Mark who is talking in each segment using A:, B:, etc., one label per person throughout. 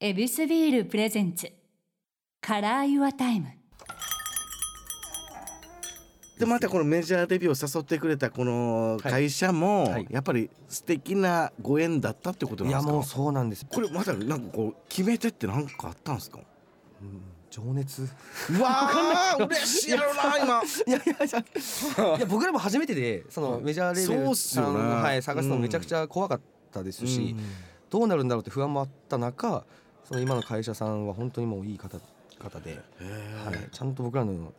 A: エビスビールプレゼンツカラーユアタイム
B: でまたこのメジャーデビューを誘ってくれたこの会社も、
C: はい
B: やっぱり素敵なご縁だったってこと
C: い
B: なんで
C: や
B: すか
C: もうそうなんです、
B: これまだなんかこう決め手って何かあったん ですか
C: うん、情熱
B: うわー嬉しいやろな今
C: いやいやいやいや僕らも初めてでそのメジャーレベ
B: そうっ
C: ル
B: すよね
C: はい、探すのめちゃくちゃ怖かったですし、
B: うん
C: どうなるんだろうって不安もあった中その今の会社さんは本当にもういい方方で、
B: へー
C: はい、ちゃんと僕らの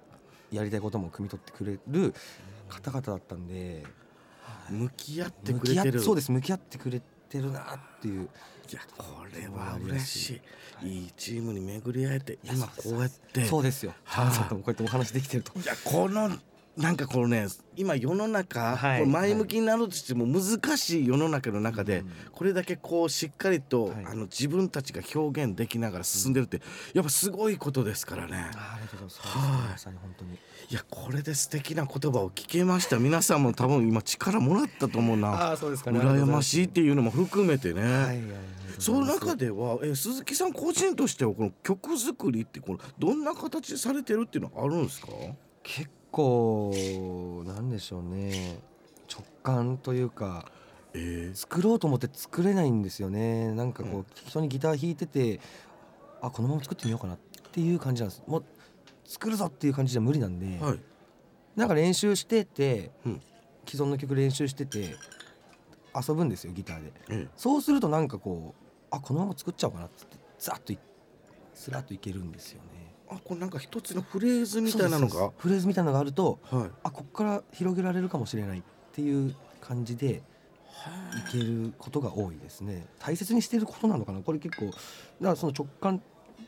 C: やりたいことも汲み取ってくれる方々だったんで
B: 向き合って
C: 向
B: くれ
C: き合
B: て
C: っ
B: る
C: そうです向き合ってくれてるなっていう
B: いやこれは嬉しいいいチームに巡り合えて
C: いや
B: 今
C: そ
B: こうやって
C: そうですよ
B: はい
C: ちゃんとこうやってお話できてると
B: いやこのなんかこのね今世の中、
C: はい
B: これ前向きになろうとしても難しい世の中の中で、
C: うん
B: これだけこうしっかりと、
C: はい
B: あの自分たちが表現できながら進んでるって、やっぱすごいことですからね
C: あありがとうございます
B: はい
C: まさに本当に
B: いやこれで素敵な言葉を聞けました皆さんも多分今力もらったと思うな
C: あそうです
B: 羨ましいっ
C: い
B: ていうのも含めてね、
C: うはいはい
B: その中
C: で
B: ではえ鈴木さん個人としてはこの曲作りってこのどんな形でされてるっていうのはあるんですか
C: 結構なんでしょうね直感というか
B: ええ
C: 作ろうと思って作れないんですよねなんかこう、
B: うん
C: 適当にギター弾いててあこのまま作ってみようかなっていう感じなんですもう作るぞっていう感じじゃ無理なんで、
B: はい
C: なんか練習してて、
B: うん
C: 既存の曲練習してて遊ぶんですよギターで
B: え
C: そうするとなんかこうあこのまま作っちゃおうかなっつってザッといスラッといけるんですよね
B: え、あこれなんか一つのフレーズみたいなの
C: そう
B: が
C: ですフレーズみたいなのがあると
B: はい
C: あこっから広げられるかもしれないっていう感じでいけることが多いですね大切にしていることなのかなこれ結構だからその直感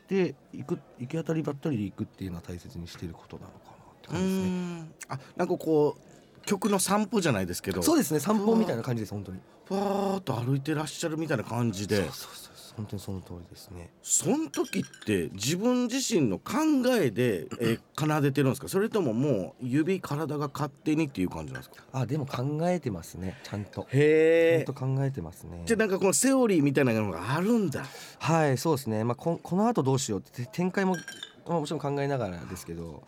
C: で行く行き当たりばったりで行くっていうのは大切にしていることなのかなって
B: う
C: 感じですね
B: んあなんかこう曲の散歩じゃないですけど
C: そうですね散歩みたいな感じです本当に
B: ふわーっと歩いてらっしゃるみたいな感じ
C: そう
B: で
C: そうそうそう本当にその通りですね
B: その時って自分自身の考えで、えー奏でてるんですかそれとももう指体が勝手にっていう感じなんですか
C: あでも考えてますねちゃんとちゃ
B: へ
C: んと考えてますね
B: じゃあなんかこのセオリーみたいなのがあるんだ
C: はいそうですね、まあ、ここの後どうしようってて展開も、まあ、もちろん考えながらですけど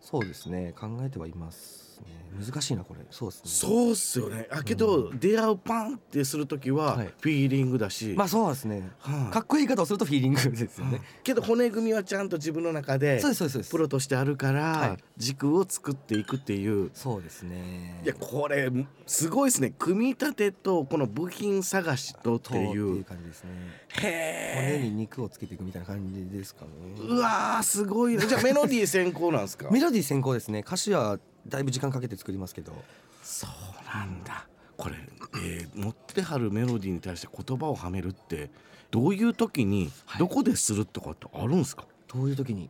C: そうですね考えてはいますね難しいなこれそうですね
B: そうっすよねあけど、出会うパンってする時は
C: はい
B: フィーリングだし、
C: まあそうですね
B: はい
C: かっこいい言い方をするとフィーリングですよね、
B: けど骨組みはちゃんと自分の中で
C: そうですそうですそうです
B: プロとしてあるから、
C: はい
B: 軸を作っていくっていう
C: そうですね
B: いやこれすごいですね組み立てとこの部品探しとって
C: とって
B: い
C: いう
B: う
C: 感じですね骨
B: へえ
C: に肉をつけていくみたいな感じですかね
B: うわーすごいなじゃ あメロディー先行なんですか
C: メロディー先行ですね歌詞はだいぶ時間かけて作りますけど
B: そうなんだこれ、えー持ってはるメロディーに対して言葉をはめるってどういう時にどこでするとかってあるんですか、
C: どういう時に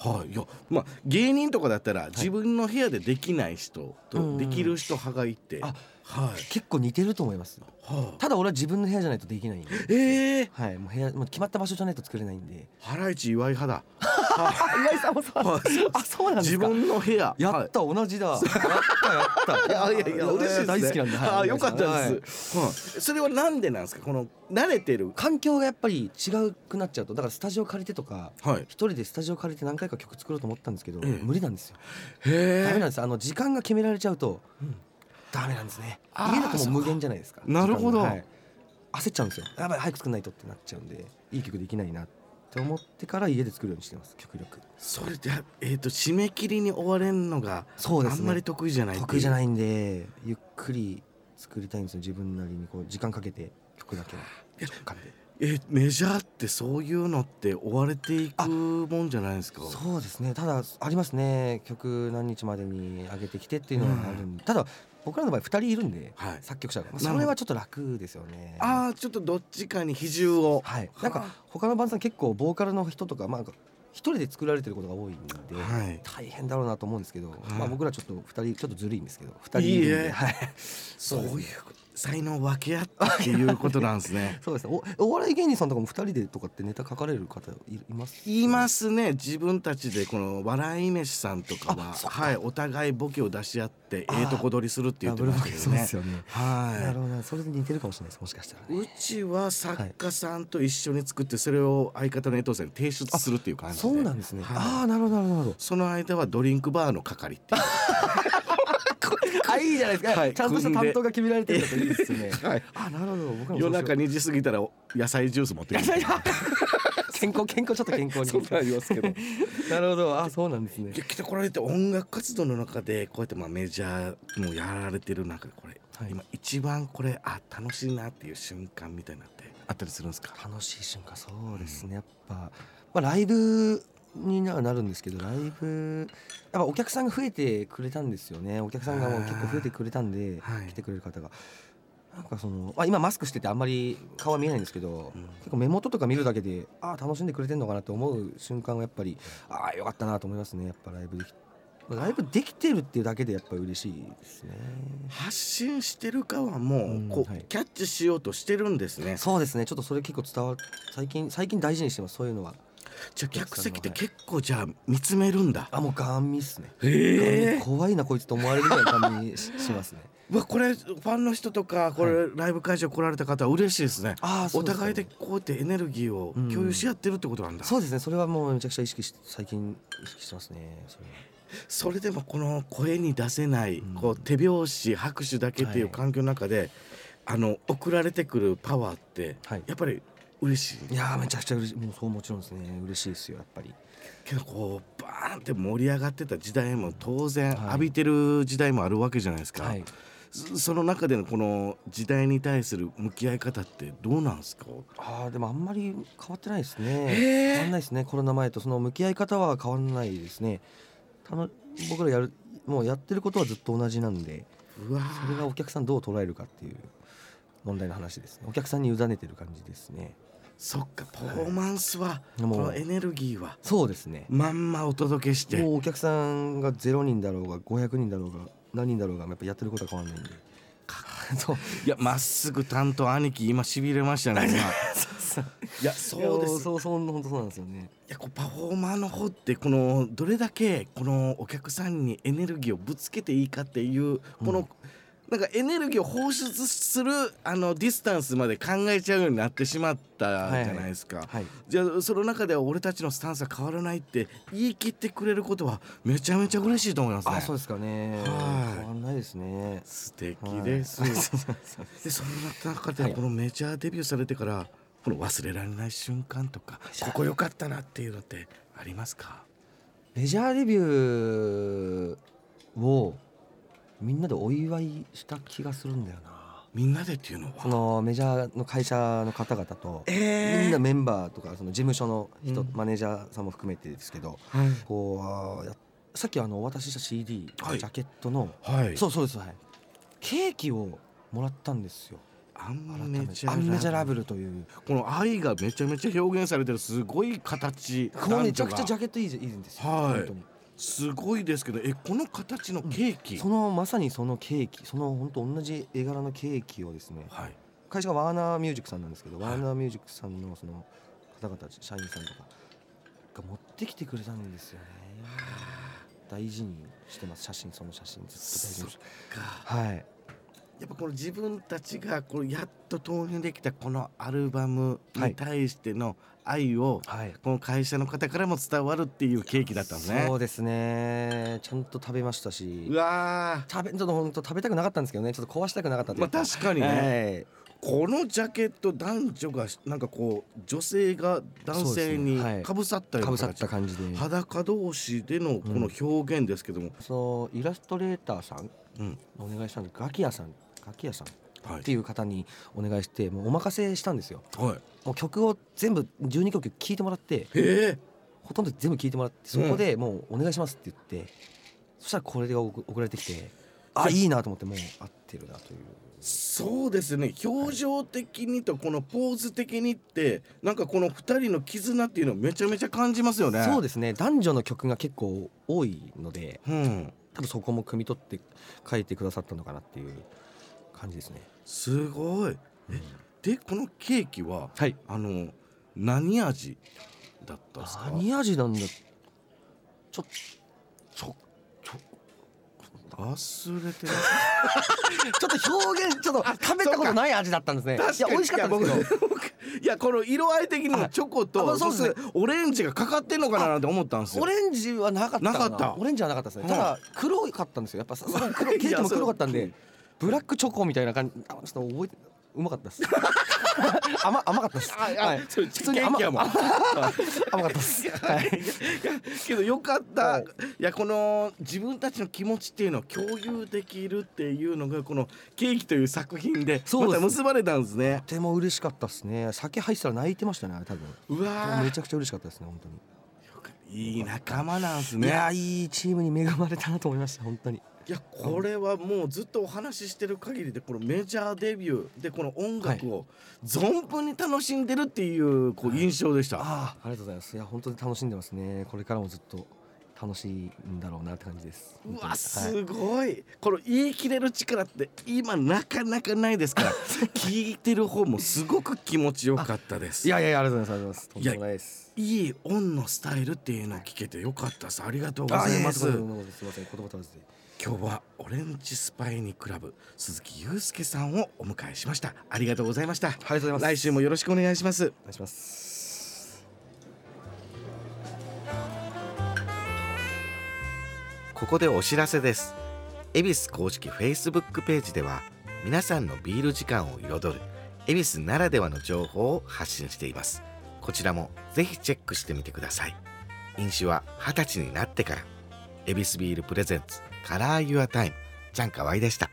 B: はい、いやまあ芸人とかだったら自分の部屋でできない人
C: うんう
B: と
C: ん
B: できる人派がいて、
C: あ
B: はい、
C: 結構似てると思います
B: はあ、
C: ただ俺は自分の部屋じゃないとできないんで
B: ええ
C: はい、もう部屋、もう決まった場所じゃないと作れないんで。
B: ハライチ岩井派だ
C: あ、岩井さんもそう
B: はいそう。
C: あ、そう なんで
B: 自
C: すか。
B: 分の部屋
C: や
B: は
C: っ
B: い
C: た、同じ だ。やった、やった。
B: いやいや嬉しいですね。
C: 大好きなんで。
B: あ
C: はい
B: あよかった
C: はい
B: です。はい。それはなんでなんですか。この慣れてる。
C: 環境がやっぱり違うくなっちゃうと、だからスタジオ借りてとか。
B: はい。
C: 一人でスタジオ借りて何回か曲作ろうと思ったんですけど、
B: ええ
C: 無理なんですよ。ダメ
B: へえ。
C: なんです。あの時間が決められちゃうと、ダメなんですね。
B: あー
C: 家だともう無限じゃないですか。
B: なるほど
C: 時間がはい焦っちゃうんですよ。やばい早く作んないとってなっちゃうんで、いい曲できないなって思ってから家で作るようにしてます。極力。
B: それでえっと締め切りに追われるのが
C: そうで
B: あ
C: す
B: ん
C: ね。
B: まり得意じゃない。。
C: 得意じゃないいんでゆっくり作りたいんですよ自分なりにこう時間かけて曲だけは直感で
B: えメジャーってそういうのって追われていく
C: あ
B: もんじゃないですか。
C: そうですねただありますね曲何日までに上げてきてっていうのはあるんで、ただ僕らの場合2人いるんで
B: はい。
C: 作曲者が、まあ
B: なるほど
C: それはちょっと楽ですよね
B: ああちょっとどっちかに比重を。
C: はいなんか他のバンドさん結構ボーカルの人とかまあ一人で作られてることが多いんで、
B: はい。
C: 大変だろうなと思うんですけど、
B: い
C: まあ僕らちょっと2人ちょっとずるいんですけど2人いるん
B: いいえ
C: ではい
B: そう
C: そう
B: いう
C: ですね
B: 才能を分け合ったっていうことなんですね
C: そうですねおお笑い芸人さんとかも2人でとかってネタ書かれる方いいます
B: 言いますね自分たちでこの笑い飯さんとかは
C: あそっか
B: はいお互いボケを出し合ってえ
C: あー
B: えとこ取りするって言
C: ダ
B: って
C: ブル
B: ま
C: ボ
B: した
C: ケ
B: け
C: そ
B: ど
C: うで
B: ね
C: すよねな
B: は
C: るほどねそれで似てるかもしれないですもしかしたら
B: い
C: ね
B: うちは作家さんと一緒に作ってそれを相方の江藤さんに提出するっていう感じで
C: そうなんですね、
B: はい
C: ああなるほどなるほどなるほど
B: その間はドリンクバーの係っていう
C: あいいじゃないですか、
B: はい
C: ちゃんとした担当が決められてるのといいですよね
B: はい
C: あなるほど僕らも
B: 夜中2時過ぎたら野菜ジュース持ってくる
C: 健康健康ちょっと健 康に
B: ありますけどい
C: なるほどあそうなんですね
B: や来てこられて音楽活動の中でこうやってまあメジャーもやられてる中でこれ、
C: はい
B: 今一番これあ楽しいなっていう瞬間みたいなってあったりするんですか
C: 楽しい瞬間そうですねやっぱ、まあ、ライブにはなるんですけどライブやっぱお客さんが増えてくれたんですよねお客さんがもう結構増えてくれたんで、
B: はい
C: 来てくれる方が。なんかそのあ今マスクしててあんまり顔は見えないんですけど、
B: うん
C: 結構目元とか見るだけでああ楽しんでくれてるのかなと思う瞬間はやっぱりああよかったなと思いますねやっぱライブできまあライブできてるっていうだけでやっぱ嬉しいですね
B: 発信してる側も
C: うん
B: こう、
C: はい
B: キャッチしようとしてるんですね
C: そうですねちょっとそれ結構伝わる最近最近大事にしてますそういうのは
B: じゃあ客席って
C: はい
B: 結構じゃあ見つめるんだ
C: あもうガン見っすね
B: へえ
C: 怖いなこいつと思われるぐらいの感じししますね。
B: うわこれファンの人とかこれライブ会場来られた方は嬉しいですね
C: あ
B: お互いでこうやってエネルギーを共有し合ってるってことなんだ、
C: そうですね。それはもうめちゃくちゃ意識し最近意識してますね。それは
B: それでもこの声に出せない、
C: うん
B: こう手拍子拍手だけっていう
C: はい
B: 環境の中で、あの送られてくるパワーって、
C: はい
B: やっぱり嬉しい
C: いやーめちゃくちゃ嬉しい。もうそうもちろんですね。嬉しいですよやっぱり。
B: けどこうバーンって盛り上がってた時代も当然
C: はい
B: 浴びてる時代もあるわけじゃないですか、
C: はい。
B: そその中でのこの時代に対する向き合い方ってどうなんですか
C: ああでもあんまり変わってないですね。
B: へー
C: 変わんないですね。コロナ前とその向き合い方は変わんないですね。たの僕らやるもうやってることはずっと同じなんで、
B: うわ
C: それがお客さんどう捉えるかっていう問題の話ですね。お客さんに委ねてる感じですね。
B: そっかパフォーマンスは、
C: もう
B: このエネルギーは
C: そうですね。
B: まんまお届けして
C: もうお客さんが0人だろうが500人だろうが何人だろうがやっぱやってることは変わらないん でそう
B: いやまっすぐ担当兄貴今しびれました ね今いやそうです
C: そうそう本当そうなんですよね
B: いやこうパフォーマーの方ってこのどれだけこのお客さんにエネルギーをぶつけていいかっていうこの、なんかエネルギーを放出するあのディスタンスまで考えちゃうようになってしまったじゃないですか、
C: はい
B: じゃあその中では俺たちのスタンスは変わらないって言い切ってくれることはめちゃめちゃ嬉しいと思いますね
C: あそうですかね
B: はい
C: 変わんないですね
B: 素敵です、
C: はい そうそうそう
B: でそんな中
C: は
B: で
C: い
B: このメジャーデビューされてから、この忘れられない瞬間とかここ良かったなっていうのってありますか
C: メジャーデビューをみんなでお祝いした気がするんだよな
B: みんなでっていうのは
C: そのメジャーの会社の方々とみん
B: え
C: なメンバーとかその事務所の人、
B: うん
C: マネージャーさんも含めてですけどこうやさっきあのお渡しした CD、
B: はい
C: ジャケットの、
B: はい、はい、
C: そうそうですはいケーキをもらったんですよ
B: ア
C: 改
B: ン
C: め
B: メ
C: て
B: ジャ
C: アンメジャ
B: ー
C: ラ
B: ラ
C: ブ
B: ブ
C: ルという
B: この愛がめちゃめちゃ表現されてるすごい形
C: これめちゃくちゃジ
B: 男女が
C: ャケットいいじゃいいんですよ、
B: はい
C: 本当に
B: すごいですけどえこの形のケーキ、
C: そのまさにそのケーキその本当同じ絵柄のケーキをですね
B: はい
C: 会社がワーナーミュージックさんなんですけど、
B: はい
C: ワーナーミュージックさんのその方々社員さんとかが持ってきてくれたんですよね大事にしてます写真その写真ずっと大事にし
B: か
C: はい
B: やっぱこの自分たちがこうやっと投入できたこのアルバムに対しての愛を、
C: はい
B: この会社の方からも伝わるっていうケーキだったんですね
C: そうですねちゃんと食べましたし
B: うわ
C: 食べちょっと本当食べたくなかったんですけどねちょっと壊したくなかった
B: ー
C: とい
B: まあ
C: うか、
B: 確かにね、
C: はい
B: このジャケット男女がなんかこう女性が男性に
C: そうですねはい
B: かぶさったよ
C: か
B: う
C: ぶ
B: な
C: さっ
B: 形
C: た感じで
B: 裸同士でのこの表現ですけども、
C: そのイラストレーターさん
B: うん
C: お願いしたんでガキヤさんガキヤさんっ
B: はい
C: ていう方にお願いしてもうお任せしたんですよ
B: はい、
C: もう曲を全部12曲聴いてもらって
B: え
C: ほとんど全部聴いてもらってそこでもうお願いしますって言って、そしたらこれが送送られてきてあいいなと思ってもう合ってるなという
B: そうですね表情的にとこのポーズ的にってなんかこの2人の絆っていうのをめちゃめちゃ感じますよね。
C: そう
B: で
C: ですね男女の曲が結構多いので、
B: す、うん
C: 多分そこも汲み取って書いてくださったのかなっていう感じですね。
B: すごい
C: うん
B: でこのケーキは
C: はい。
B: あの何味だったんですか
C: 何味なんだ。ちょ、ちょ、ちょ、
B: 忘れてる
C: ちょっと表現、ちょっと食べたことない味だったんですね。
B: 確
C: いや、美味しかったんですけど。
B: 僕僕いやこの色合い的にもチョコ
C: あま
B: と
C: あそうですね
B: そしてオレンジがかかってんのかななんて思ったんですよ
C: オレンジはなかった
B: なかった
C: オレンジはなかったですね、
B: うん
C: ただ黒かったんですよやっぱさすがに黒ケーキも黒かったん
B: いや
C: でブラックチョコみたいな感じあちょっと覚えてうまかった です甘甘かったです
B: あ
C: はい、
B: それ
C: 普通に甘
B: ケーキやもん
C: 甘甘かったですはい
B: けどよかった、
C: はい
B: い、やこの自分たちの気持ちっていうのを共有できるっていうのがこの「ケーキ」という作品で
C: そう
B: ま
C: です
B: た結ばれたんですね
C: とても嬉しかったですね酒入ってたら泣いてましたね多分
B: うわ
C: め
B: ー
C: ちゃくちゃ嬉しかったですね本当に、
B: いい仲間なんですね
C: いやーいいチームに恵まれたなと思いました本当に
B: いやこれはもうずっとお話ししてる限りでこのメジャーデビューでこの音楽を存分に楽しんでるっていうこう印象でした、
C: ああありがとうございますいや本当に楽しんでますねこれからもずっと楽しいんだろうなって感じです
B: う
C: 本当には
B: わ
C: い
B: すごいこの言い切れる力って今なかなかないですから 聞いてる方もすごく気持ちよかったです
C: いやいやいやありがとうございます。とん
B: いや
C: でもないです。
B: いいオンのスタイルっていうのを聞けてよかったですありがとうご
C: あ
B: ざいます
C: いやいやと
B: 今
C: んでもないですすみません言葉足らずで。
B: 日はオレンジスパイニークラブ鈴木祐介さんをお迎えしましたありがとうございました
C: ありがとうございます。
B: 来週もよろしくお願いします
C: お願いします。
D: ここでお知らせです恵比寿公式 Facebook ページでは皆さんのビール時間を彩る恵比寿ならではの情報を発信していますこちらもぜひチェックしてみてください飲酒は20歳になってから恵比寿ビールプレゼンツカラーユアタイムちゃんかわいでした